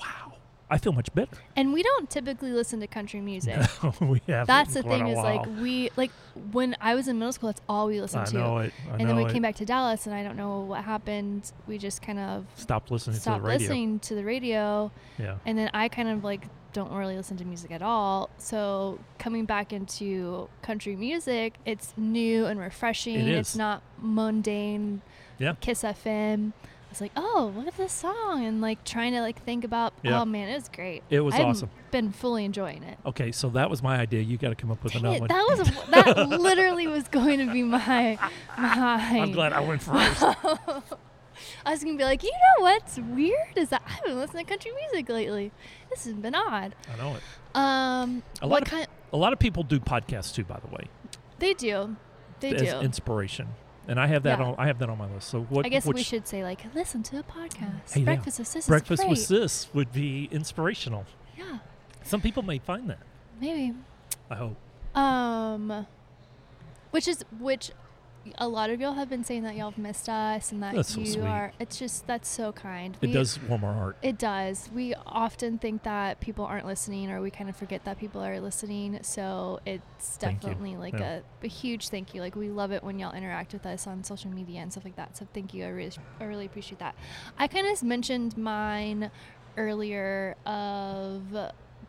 A: wow, I feel much better.
B: and we don't typically listen to country music
A: we have
B: that's the thing is like we like when I was in middle school that's all we listened
A: I
B: to
A: know it. I
B: and
A: know
B: then we
A: it.
B: came back to Dallas and I don't know what happened we just kind of
A: Stopped listening to
B: stopped
A: the radio.
B: listening to the radio
A: Yeah.
B: And then I kind of like don't really listen to music at all. So coming back into country music, it's new and refreshing.
A: It
B: It's
A: is.
B: not mundane.
A: Yeah.
B: Kiss FM. I was like, oh, look at this song, and like trying to like think about.
A: Yeah.
B: Oh man, it's great.
A: It was
B: I've
A: awesome.
B: Been fully enjoying it.
A: Okay, so that was my idea. You got to come up with
B: Dang
A: another
B: it,
A: one.
B: that was a, that literally was going to be my my.
A: I'm glad I went first.
B: I was gonna be like, you know what's weird is that I haven't listened to country music lately. This has been odd.
A: I know it.
B: Um,
A: A lot
B: what
A: of-
B: kind?
A: A lot of people do podcasts too, by the way,
B: They do. They
A: as
B: do.
A: inspiration. And I have that
B: Yeah.
A: on. I have that on my list. So what?
B: I guess we
A: which-
B: should say like, listen to a podcast.
A: Hey, yeah.
B: Breakfast with Sis.
A: Breakfast
B: is
A: with
B: great.
A: Sis would be inspirational.
B: Yeah,
A: Some people may find that.
B: maybe.
A: I hope.
B: Um, which is which. A lot of y'all have been saying that y'all have missed us and that
A: That's so
B: you
A: sweet.
B: are. It's just that's so kind.
A: It
B: We-
A: does warm our heart.
B: It does. We often think that people aren't listening, or we kind of forget that people are listening. So it's
A: Thank you.
B: definitely like
A: Yeah.
B: a, a huge thank you. Like we love it when y'all interact with us on social media and stuff like that. So thank you. I really, I really appreciate that. I kind of mentioned mine earlier of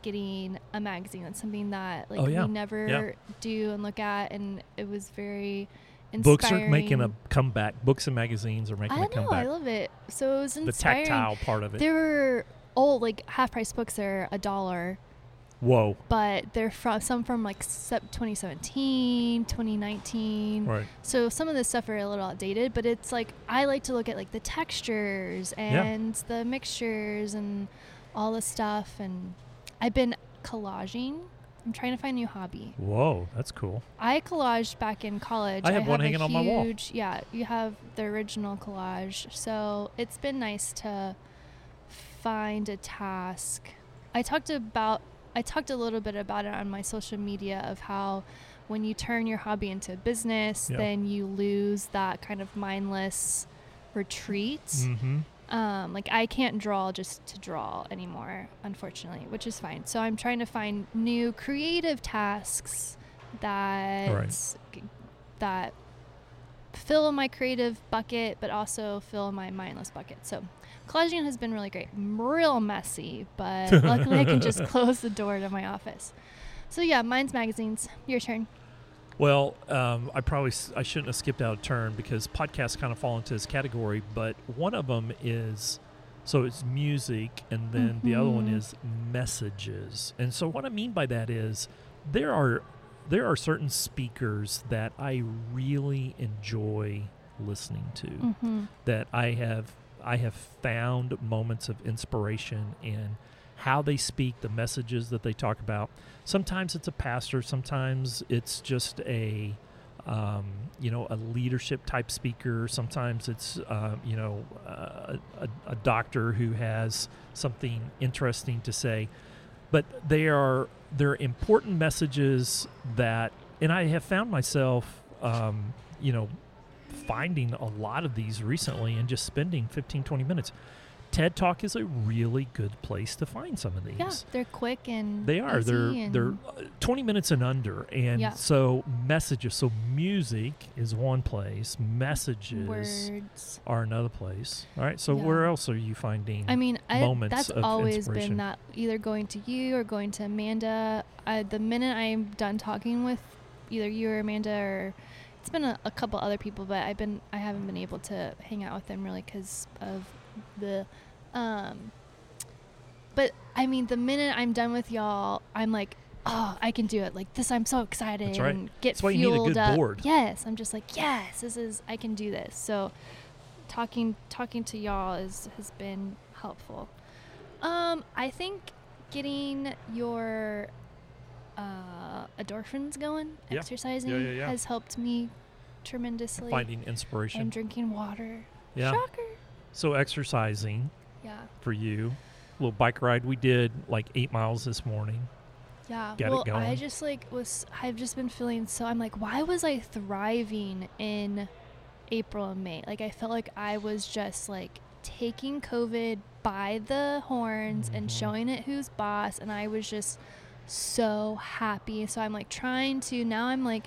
B: getting a magazine. That's something that like
A: Oh, yeah.
B: we never do and look at, and it was very. Inspiring.
A: Books are making a comeback. Books and magazines are making a
B: I know. I
A: comeback.
B: love it. So it was
A: the
B: inspiring.
A: tactile part of it.
B: There were old like half price books are a dollar,
A: Whoa!
B: but they're from some from like sep- 2017, 2019.
A: Right.
B: So some of this stuff are a little outdated, but it's like I like to look at like the textures and the mixtures and all the stuff and I've been collaging. I'm trying to find a new hobby.
A: Whoa! That's cool.
B: I collaged back in college.
A: I have one
B: a
A: hanging on my wall.
B: huge- Yeah, you have the original collage. So it's been nice to find a task. I talked about I talked a little bit about it on my social media of how when you turn your hobby into a business,
A: Yeah.
B: then you lose that kind of mindless retreat.
A: Mm-hmm.
B: Um, like I can't draw just to draw anymore, unfortunately, which is fine. So I'm trying to find new creative tasks that
A: Right.
B: that fill my creative bucket, but also fill my mindless bucket. So collaging has been really great, M- real messy, but luckily I can just close the door to my office. So yeah, mine's magazines. Your turn.
A: Well, um, I probably s- I shouldn't have skipped out a turn because podcasts kind of fall into this category, but one of them is so it's music, and then the other one
B: Mhm.
A: is messages. And so what I mean by that is there are there are certain speakers that I really enjoy listening to
B: Mm-hmm.
A: that I have I have found moments of inspiration in how they speak, the messages that they talk about. Sometimes it's a pastor, sometimes it's just a um, you know a leadership type speaker. Sometimes it's uh, you know uh, a, a doctor who has something interesting to say, but they are they're important messages that, and I have found myself um, you know finding a lot of these recently and just spending 15 20 minutes ted talk is a really good place to find some of these
B: Yeah, they're quick and
A: they are
B: easy
A: they're
B: and
A: they're uh, 20 minutes and under and
B: Yeah.
A: so messages so music is one place messages
B: words.
A: are another place all right so
B: Yeah.
A: where else are you finding
B: I mean, I,
A: moments
B: that's
A: of
B: always
A: inspiration.
B: been that either going to you or going to Amanda. I, the minute I'm done talking with either you or Amanda, or it's been a, a couple other people, but I've been I haven't been able to hang out with them really because of the. Um, but I mean, the minute I'm done with y'all, I'm like, oh, I can do it. Like this, I'm so excited
A: right.
B: and get
A: That's why you need a
B: fueled
A: good
B: up.
A: board.
B: Yes, I'm just like, yes, this is I can do this. So talking talking to y'all is has been helpful. Um, I think getting your uh, endorphins going,
A: Yeah.
B: exercising,
A: Yeah, yeah, yeah.
B: has helped me tremendously.
A: finding inspiration
B: and drinking water.
A: yeah
B: Shocker.
A: so exercising
B: Yeah.
A: for you little bike ride we did like eight miles this morning
B: Yeah.
A: Get it
B: well, I
A: going.
B: just like was I've just been feeling so I'm like, why was I thriving in April and May? Like I felt like I was just like taking COVID by the horns and
A: Mhm.
B: showing it who's boss and I was just so happy. So I'm like trying to now I'm like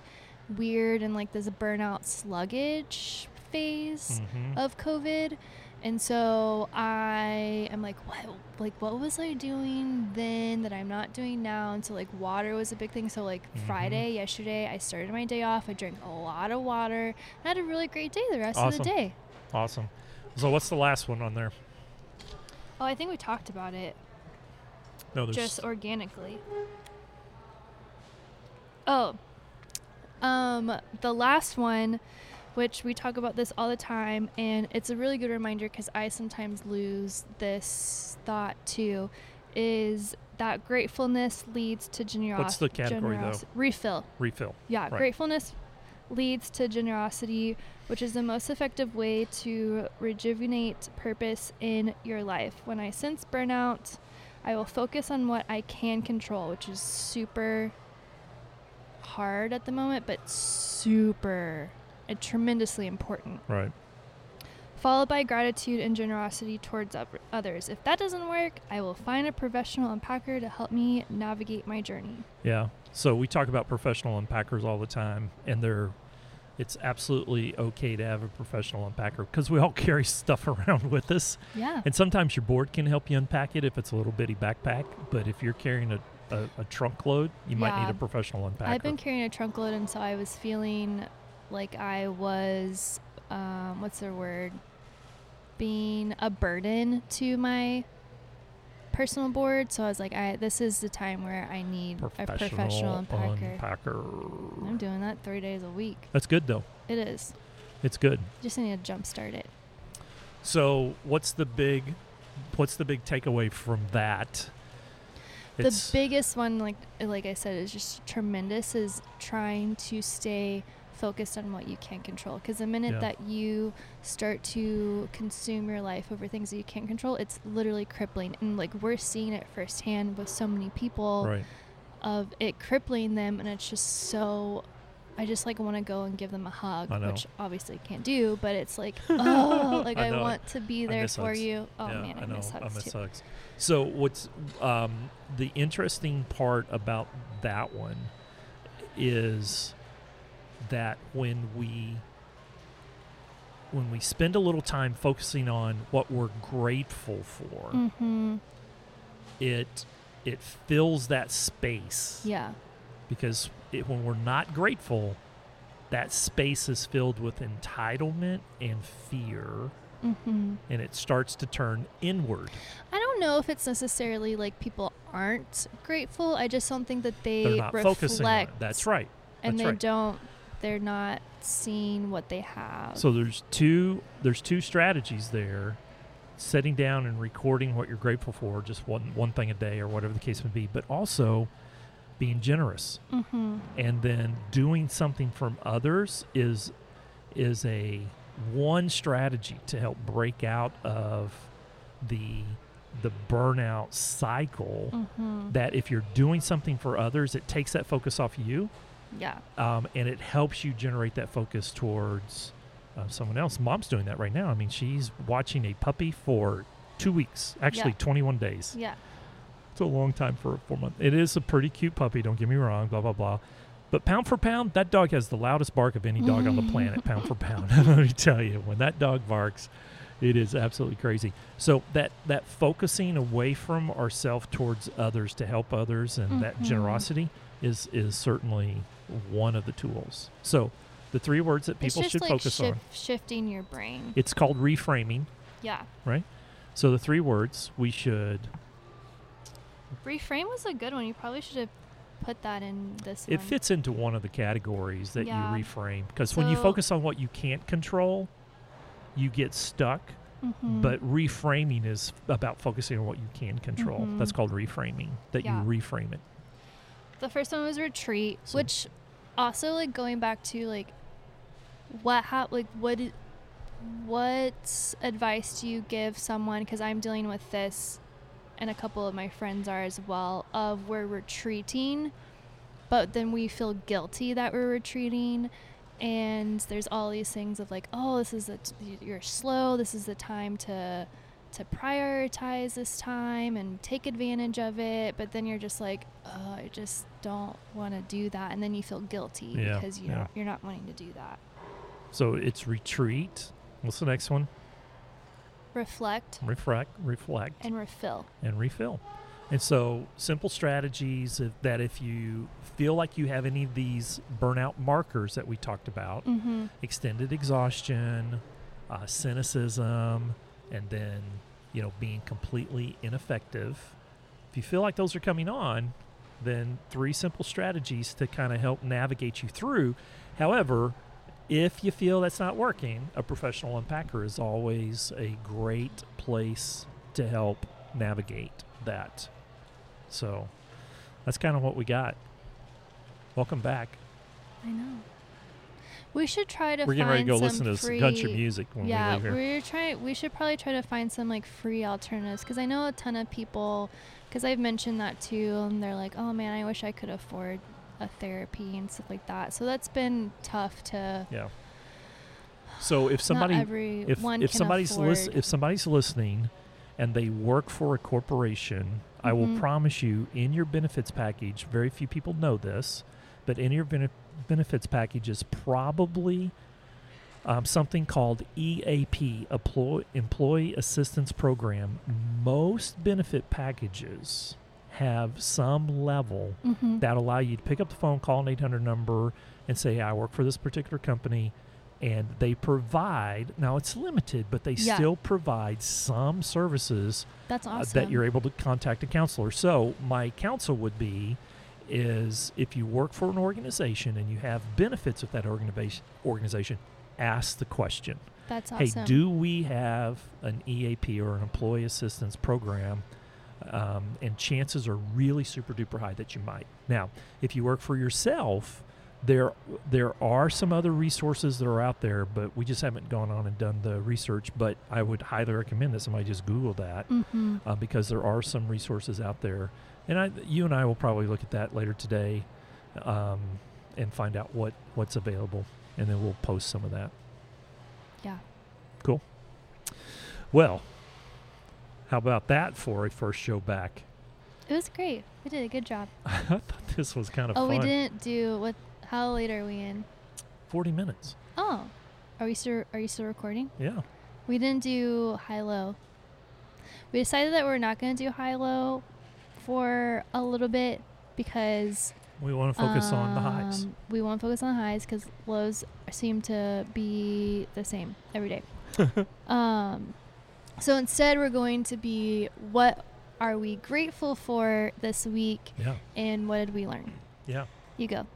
B: weird and like there's a burnout sluggish phase
A: Mhm.
B: of COVID. And so I am like, what, like, what was I doing then that I'm not doing now? And so like water was a big thing. So like
A: Mhm.
B: Friday, yesterday, I started my day off. I drank a lot of water. and I had a really great day the rest
A: Awesome.
B: of the day.
A: awesome so what's the last one on there
B: Oh, I think we talked about it
A: no there's
B: just organically. Oh, um, the last one, which we talk about this all the time, and it's a really good reminder because I sometimes lose this thought too, is that gratefulness leads to generosity.
A: What's the category, though?
B: Refill.
A: refill
B: Yeah,
A: Right.
B: gratefulness leads to generosity, which is the most effective way to rejuvenate purpose in your life. When I sense burnout, I will focus on what I can control, which is super hard at the moment, but super and tremendously important
A: right
B: followed by gratitude and generosity towards oth- others. If that doesn't work, I will find a professional unpacker to help me navigate my journey.
A: Yeah. So we talk about professional unpackers all the time, and they're it's absolutely okay to have a professional unpacker because we all carry stuff around with us.
B: Yeah.
A: And sometimes your board can help you unpack it if it's a little bitty backpack. But if you're carrying a, a, a trunk load, you might need
B: Yeah.
A: a professional unpacker.
B: I've been carrying a trunk load, and so I was feeling like I was, um, what's the word? Being a burden to my personal board. So I was like, I, this is the time where I need a professional unpacker.
A: unpacker.
B: I'm doing that three days a week.
A: That's good though.
B: It is.
A: It's good.
B: Just need to jumpstart it.
A: So what's the big what's the big takeaway from that?
B: the biggest one like like i said is just tremendous is trying to stay focused on what you can control. Because the minute
A: Yeah.
B: that you start to consume your life over things that you can't control, it's literally crippling. And like we're seeing it firsthand with so many people
A: Right.
B: of it crippling them, and it's just so. I just like want to go and give them a hug,
A: I know.
B: which obviously I can't do. But it's like, oh, like
A: I
B: I,
A: know.
B: want to be there
A: miss
B: for
A: hugs.
B: you. Oh
A: yeah,
B: man, I,
A: know.
B: miss hugs
A: I miss
B: too.
A: hugs. So what's um, the interesting part about that one is that when we when we spend a little time focusing on what we're grateful for,
B: Mm-hmm.
A: it it fills that space
B: Yeah.
A: because it, when we're not grateful, that space is filled with entitlement and fear,
B: Mm-hmm.
A: and it starts to turn inward.
B: I don't know if it's necessarily like people aren't grateful. I just don't think that they
A: They're not
B: reflect
A: focusing on it. That's right.
B: and
A: That's
B: they
A: right.
B: don't. They're not seeing what they have.
A: So there's two there's two strategies there. Setting down and recording what you're grateful for, just one one thing a day or whatever the case may be, but also being generous.
B: mm-hmm.
A: And then doing something from others is is a one strategy to help break out of the the burnout cycle
B: Mm-hmm.
A: that if you're doing something for others, it takes that focus off you
B: yeah.
A: um, and it helps you generate that focus towards uh, someone else. Mom's doing that right now. I mean, she's watching a puppy for two weeks, actually 21 days.
B: Yeah.
A: It's a long time for a four month. It is a pretty cute puppy. Don't get me wrong. Blah blah blah. But pound for pound, that dog has the loudest bark of any dog on the planet. Pound for pound, let me tell you, when that dog barks, it is absolutely crazy. So that that focusing away from ourselves towards others to help others and that
B: Mhm.
A: generosity is is certainly one of the tools. So the three words that people
B: it's just
A: should
B: like
A: focus
B: shif-
A: on.
B: shifting your brain.
A: It's called reframing.
B: yeah.
A: So the three words we should
B: Reframe was a good one. You probably should have put that in this.
A: It
B: one.
A: fits into one of the categories that
B: Yeah.
A: you reframe because when you
B: So-
A: focus on what you can't control, you get stuck.
B: Mhm.
A: But reframing is about focusing on what you can control.
B: Mhm.
A: That's called reframing. That
B: Yeah.
A: you reframe it.
B: The first one was retreat,
A: So-
B: which also like going back to like what hap- like what i- what advice do you give someone cuz I'm dealing with this and a couple of my friends are as well of we're retreating but then we feel guilty that we're retreating and there's all these things of like oh this is the t- you're slow this is the time to to prioritize this time and take advantage of it but then you're just like oh i just don't want to do that and then you feel guilty
A: Yeah,
B: because you
A: yeah.
B: know you're not wanting to do that
A: So it's retreat. What's the next one?
B: reflect
A: Reflect, reflect,
B: and refill
A: and refill. And so simple strategies if- that if you feel like you have any of these burnout markers that we talked about,
B: mm-hmm.
A: extended exhaustion, uh, cynicism, and then you know being completely ineffective. If you feel like those are coming on, then three simple strategies to kind of help navigate you through. However, if you feel that's not working, a professional unpacker is always a great place to help navigate that. So that's kind of what we got. Welcome back.
B: i know we should try to
A: We're getting
B: find
A: ready to go
B: some
A: listen to some
B: free,
A: country music when we
B: yeah
A: leave here.
B: are trying we should probably try to find some like free alternatives because i know a ton of people because i've mentioned that too and they're like oh man i wish i could afford a therapy and stuff like that so that's been tough to
A: Yeah. So if somebody
B: not everyone
A: if
B: can
A: if somebody's
B: afford.
A: lis- if somebody's listening and they work for a corporation, I will
B: Mhm.
A: promise you in your benefits package, very few people know this, but in your benef- benefits package is probably um, something called EAP, Employ- Employee Assistance Program. Most benefit packages have some level
B: Mhm.
A: that allow you to pick up the phone, call an 800 number, and say, I work for this particular company. And they provide, now it's limited, but they
B: Yeah.
A: still provide some services
B: that's
A: uh,
B: awesome
A: that you're able to contact a counselor. So, my counsel would be is if you work for an organization and you have benefits with that organization, organization ask the question
B: that's
A: hey,
B: awesome
A: do we have an EAP or an employee assistance program? Um, and chances are really super duper high that you might. Now, if you work for yourself, there there are some other resources that are out there, but we just haven't gone on and done the research. But I would highly recommend that somebody just Google that
B: Mm-hmm.
A: uh, because there are some resources out there, and I, you and I will probably look at that later today, um, and find out what what's available, and then we'll post some of that.
B: Yeah.
A: Cool. Well, how about that for a first show back?
B: It was great. We did a good job.
A: I thought this was kind of
B: Oh,
A: fun.
B: we didn't do what? How late are we in?
A: Forty minutes.
B: Oh, are we still are you still recording?
A: Yeah.
B: We didn't do high low. We decided that we're not going to do high low for a little bit because
A: We want to focus on the highs.
B: um, We won't focus on highs because lows seem to be the same every day. um, so instead, we're going to be what are we grateful for this week,
A: Yeah.
B: and what did we learn?
A: Yeah.
B: You go.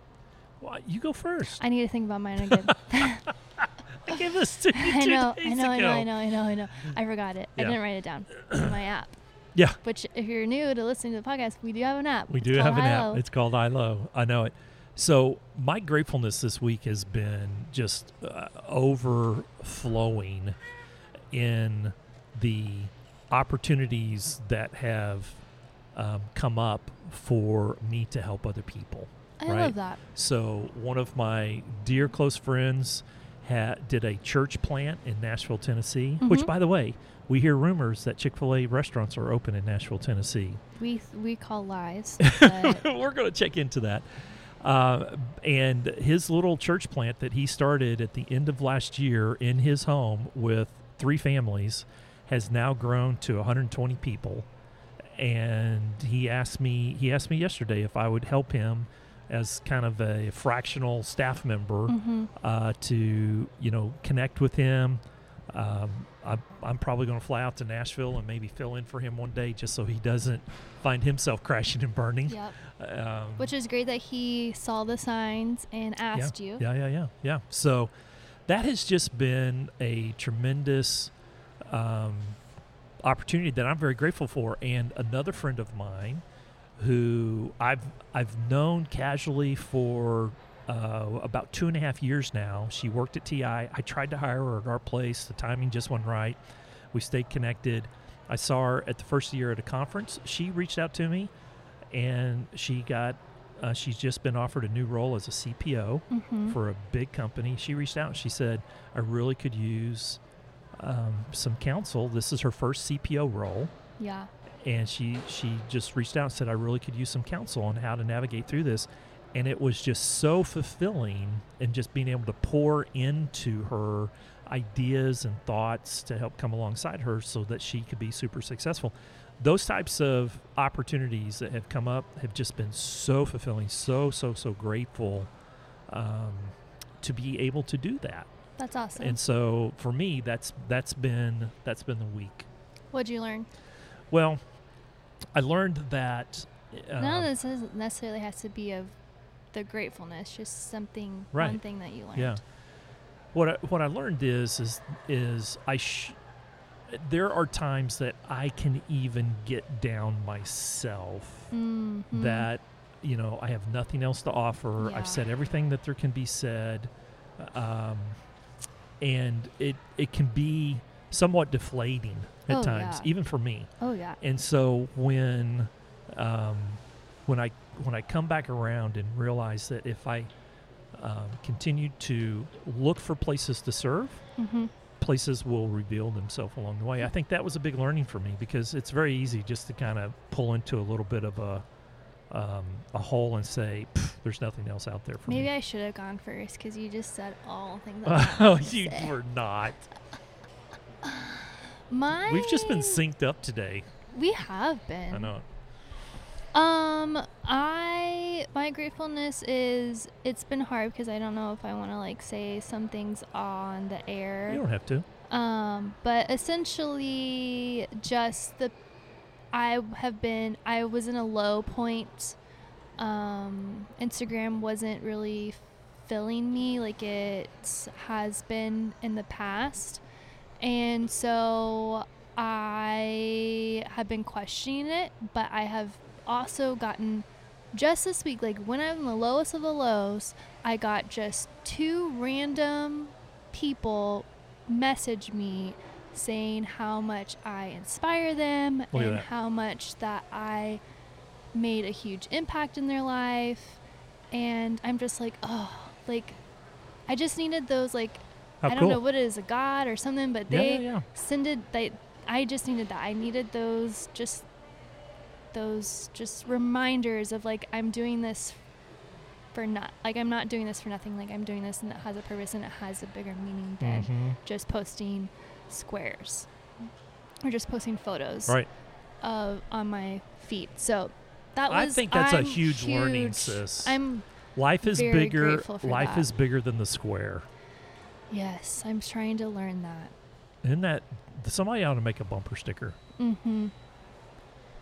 A: Well, you go first.
B: I need to think about mine again.
A: I gave this to you two
B: I know,
A: days
B: I know, I
A: ago.
B: know, I know, I know, I know. I forgot it.
A: Yeah.
B: I didn't write it down in my app.
A: Yeah.
B: Which, if you're new to listening to the podcast, we do have an app.
A: We
B: It's
A: do
B: called
A: have an
B: Hilo.
A: app. It's called ILO. I know it. So my gratefulness this week has been just uh, overflowing in the opportunities that have um, come up for me to help other people.
B: I
A: right?
B: love that.
A: So one of my dear close friends ha- did a church plant in Nashville, Tennessee. Which,
B: Mhm.
A: by the way, we hear rumors that Chick Fil A restaurants are open in Nashville, Tennessee.
B: We we call lies. but
A: We're going to check into that. Uh, and his little church plant that he started at the end of last year in his home with three families has now grown to 120 people. And he asked me he asked me yesterday if I would help him as kind of a fractional staff member
B: Mhm.
A: uh, to you know connect with him. Um, I, I'm probably going to fly out to Nashville and maybe fill in for him one day, just so he doesn't find himself crashing and burning.
B: Yep.
A: Um,
B: Which is great that he saw the signs and asked you.
A: yeah, yeah, yeah, yeah. So that has just been a tremendous um, opportunity that I'm very grateful for. And another friend of mine who I've I've known casually for uh, about two and a half years now. She worked at TI. I tried to hire her at our place. The timing just wasn't right. We stayed connected. I saw her at the first year at a conference. She reached out to me, and she got. Uh, she's just been offered a new role as a CPO
B: Mm-hmm.
A: for a big company. She reached out and she said, I really could use um, some counsel. This is her first CPO role.
B: Yeah.
A: And she, she just reached out and said, I really could use some counsel on how to navigate through this. And it was just so fulfilling and just being able to pour into her ideas and thoughts to help come alongside her so that she could be super successful. Those types of opportunities that have come up have just been so fulfilling, so, so, so grateful um, to be able to do that.
B: That's awesome.
A: And so for me, that's that's been that's been the week.
B: What'd you learn?
A: Well, I learned that. Um,
B: None of this doesn't necessarily has to be of the gratefulness. Just something, one
A: Right.
B: thing that you learned.
A: yeah. What I, what I learned is is is I sh- there are times that I can even get down myself.
B: Mhm.
A: that you know I have nothing else to offer.
B: Yeah.
A: I've said everything that there can be said, um, and it it can be somewhat deflating at
B: Oh,
A: times,
B: yeah.
A: even for me.
B: Oh yeah.
A: And so when um, when I when I come back around and realize that if I um, continue to look for places to serve,
B: Mm-hmm.
A: places will reveal themselves along the way. I think that was a big learning for me because it's very easy just to kind of pull into a little bit of a um, a hole and say, "Pff, "There's nothing else out there for
B: Maybe
A: me."
B: I should have gone first because you just said all things. that I
A: oh,
B: wanted to
A: you
B: say.
A: were not.
B: Mine.
A: We've just been synced up today.
B: We have been.
A: I know.
B: Um, I my gratefulness is it's been hard because I don't know if I want to like say some things on the air.
A: You don't have to.
B: Um, but essentially, just the I have been I was in a low point. Um, Instagram wasn't really filling me like it has been in the past, and so I have been questioning it. But I have also gotten just this week, like when I'm the lowest of the lows, I got just two random people message me saying how much I inspire them
A: at
B: and
A: that.
B: how much that I made a huge impact in their life. And I'm just like, oh, like I just needed those like
A: How
B: I don't
A: Oh, cool.
B: know what it is, a god or something, but
A: Yeah,
B: they
A: yeah, yeah.
B: sended they I just needed that. I needed those just those just reminders of like I'm doing this for not like I'm not doing this for nothing. Like I'm doing this and it has a purpose and it has a bigger meaning than
A: Mhm.
B: just posting squares or just posting photos
A: Right.
B: of on my feed. So that
A: I
B: was
A: think that's a
B: I'm
A: huge learning,
B: huge-
A: sis.
B: I'm
A: Life is
B: very
A: bigger.
B: grateful for
A: Life
B: that.
A: is bigger than the square.
B: yes, I'm trying to learn that.
A: Isn't that somebody ought to make a bumper sticker?
B: Mm-hmm.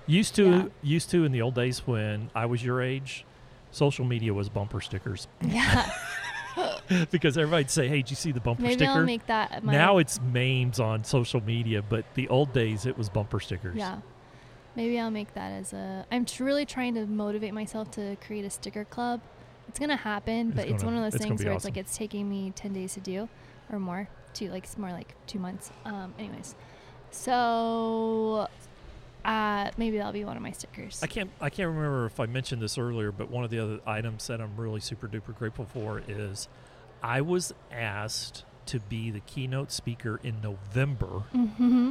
A: Used to,
B: Yeah.
A: used to in the old days when I was your age, social media was bumper stickers
B: Yeah.
A: because everybody'd say, "Hey, did you see the bumper
B: Maybe
A: sticker?"
B: I'll make that my
A: now it's memes on social media, but the old days it was bumper stickers.
B: Yeah. Maybe I'll make that as a. I'm tr- really trying to motivate myself to create a sticker club. It's gonna happen,
A: It's
B: but it's
A: gonna-
B: one of those
A: it's gonna
B: things
A: be
B: where it's
A: awesome.
B: like it's taking me ten days to do, or more. Two like it's more like two months. Um. Anyways, so, uh, maybe that'll be one of my stickers.
A: I can't I can't remember if I mentioned this earlier, but one of the other items that I'm really super duper grateful for is I was asked to be the keynote speaker in November,
B: Mm-hmm.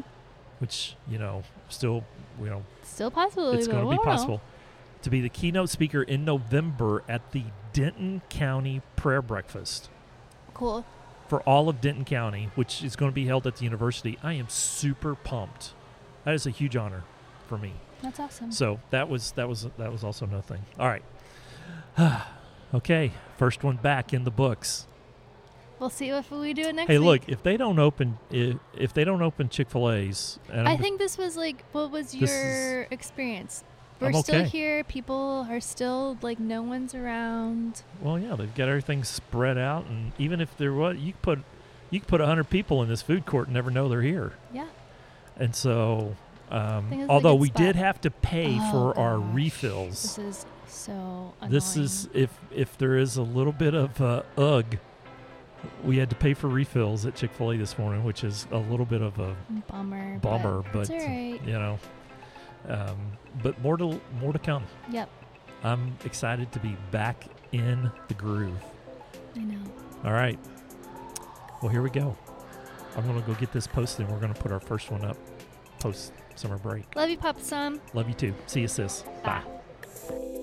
A: which, you know, still, you know,
B: Still possible.
A: it's going to be possible to be the keynote speaker in November at the Denton County Prayer Breakfast
B: Cool.
A: for all of Denton County, which is going to be held at the university. I am super pumped. That is a huge honor for me.
B: That's awesome.
A: So that was that was that was also nothing. All right. okay, first one back in the books.
B: we'll see if we do it next.
A: hey,
B: week.
A: look, if they don't open if, if they don't open Chick-fil-A's and
B: I
A: I'm-
B: think this was like, what was
A: This
B: your experience? We're
A: I'm
B: still
A: okay.
B: here. People are still like, no one's around.
A: well, yeah, they've got everything spread out and even if there was you could put you could put 100 people in this food court and never know they're here.
B: Yeah.
A: And so
B: think
A: um,
B: it's a
A: although
B: good
A: we did
B: spot.
A: have to pay
B: Oh,
A: for our
B: gosh.
A: refills.
B: This is so. Annoying.
A: This is if if there is a little bit of uh, ugh. We had to pay for refills at Chick Fil A this morning, which is a little bit of a
B: bummer. but
A: bummer, but
B: it's all right.
A: you know, um, but more to more to come.
B: Yep.
A: I'm excited to be back in the groove.
B: I know.
A: All right. Well, here we go. I'm gonna go get this posted, and we're gonna put our first one up post summer break.
B: Love you, Pop Some.
A: Love you too. See you, sis. Bye.
B: Bye.